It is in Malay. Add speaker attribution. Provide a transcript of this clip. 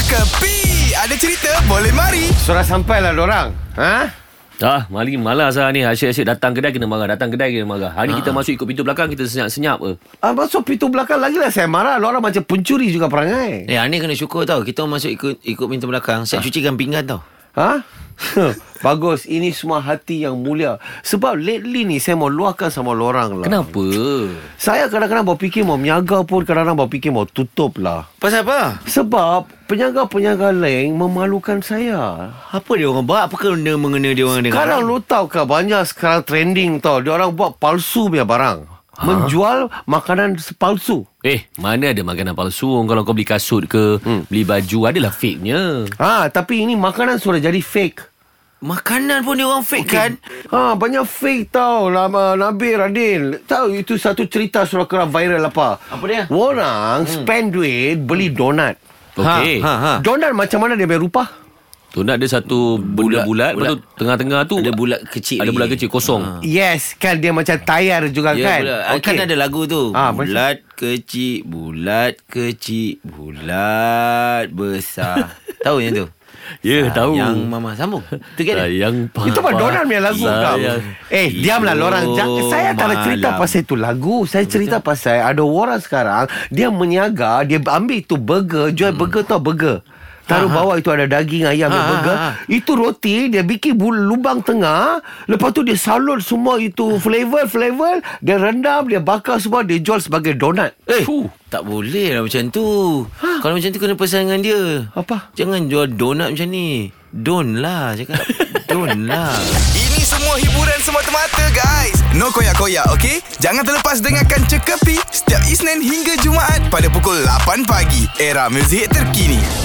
Speaker 1: Kepi Ada cerita boleh mari
Speaker 2: Surah sampailah orang. Ha?
Speaker 3: Ah, mari malas lah ni. Asyik-asyik datang kedai kena marah. Datang kedai kena marah. Hari kita masuk ikut pintu belakang, kita senyap-senyap Eh, ke.
Speaker 2: Ah, masuk pintu belakang lagi lah saya marah. Orang macam pencuri juga perangai. Ah.
Speaker 4: Eh, Ani kena syukur tau. Kita masuk ikut ikut pintu belakang. Siap cucikan pinggan tau.
Speaker 2: Ha? Bagus. Ini semua hati yang mulia. Sebab lately ni saya mau luahkan sama orang lah.
Speaker 3: Kenapa?
Speaker 2: Saya kadang-kadang berfikir mau menyaga pun kadang-kadang berfikir mau tutup lah.
Speaker 4: Pasal apa?
Speaker 2: Sebab penyaga-penyaga lain memalukan saya.
Speaker 4: Apa dia orang buat? Apa kena mengena dia orang eh? dengan
Speaker 2: Sekarang
Speaker 4: orang?
Speaker 2: lu tahu ke banyak sekarang trending tau. Dia orang buat palsu punya barang.
Speaker 4: Ha?
Speaker 2: Menjual makanan palsu.
Speaker 3: Eh, mana ada makanan palsu kalau kau beli kasut ke, hmm. beli baju, adalah fake-nya.
Speaker 2: Ha, tapi ini makanan sudah jadi fake.
Speaker 4: Makanan pun dia orang fake kan?
Speaker 2: Ha, banyak fake tau Lama Nabil Radin Tahu itu satu cerita Surah kerap viral apa
Speaker 4: Apa dia?
Speaker 2: Orang hmm. spend duit Beli donat
Speaker 3: Okey.
Speaker 4: Ha, ha, ha.
Speaker 2: Donat macam mana dia punya rupa?
Speaker 3: Tu nak ada satu bulat-bulat, lepas tu tengah-tengah tu
Speaker 4: Ada bulat kecil
Speaker 3: Ada
Speaker 4: lagi.
Speaker 3: bulat kecil Ah. kosong.
Speaker 4: Ha.
Speaker 2: Yes Kan dia macam tayar juga
Speaker 4: Ya,
Speaker 2: kan
Speaker 4: bulat. Ah, Kan ada lagu tu.
Speaker 2: Ah, macam-
Speaker 4: bulat kecil, bulat kecil, bulat besar. Tahu yang tu?
Speaker 3: Ya, tahu.
Speaker 4: Yang mama sambung. Tu kan?
Speaker 3: Sayang papa.
Speaker 2: Itu mah Donald punya lagu kau.
Speaker 3: sayang.
Speaker 2: Eh,
Speaker 4: Itu
Speaker 2: diamlah lorang. Jangan- Saya tak nak cerita
Speaker 4: malam.
Speaker 2: pasal itu lagu. Saya cerita pasal ada orang sekarang dia meniaga, dia ambil itu burger, jual burger tau burger. Taruh bawah itu ada daging ayam ha,
Speaker 4: Hmm. ha,
Speaker 2: burger.
Speaker 4: ha.
Speaker 2: Itu roti dia bikin bul- lubang tengah, lepas tu dia salur semua itu flavor-flavor, dia rendam, dia bakar semua, dia jual sebagai donat.
Speaker 4: Eh,
Speaker 3: Fuh.
Speaker 4: tak boleh lah macam tu. Kalau macam tu kena pesan dengan dia.
Speaker 2: Ha? Apa?
Speaker 4: Jangan jual donat macam ni. Don lah cakap. Don lah.
Speaker 1: Ini semua hiburan semata-mata guys No koyak-koyak ok Jangan terlepas dengarkan Cekapi Setiap Isnin hingga Jumaat Pada pukul 8 pagi Era muzik terkini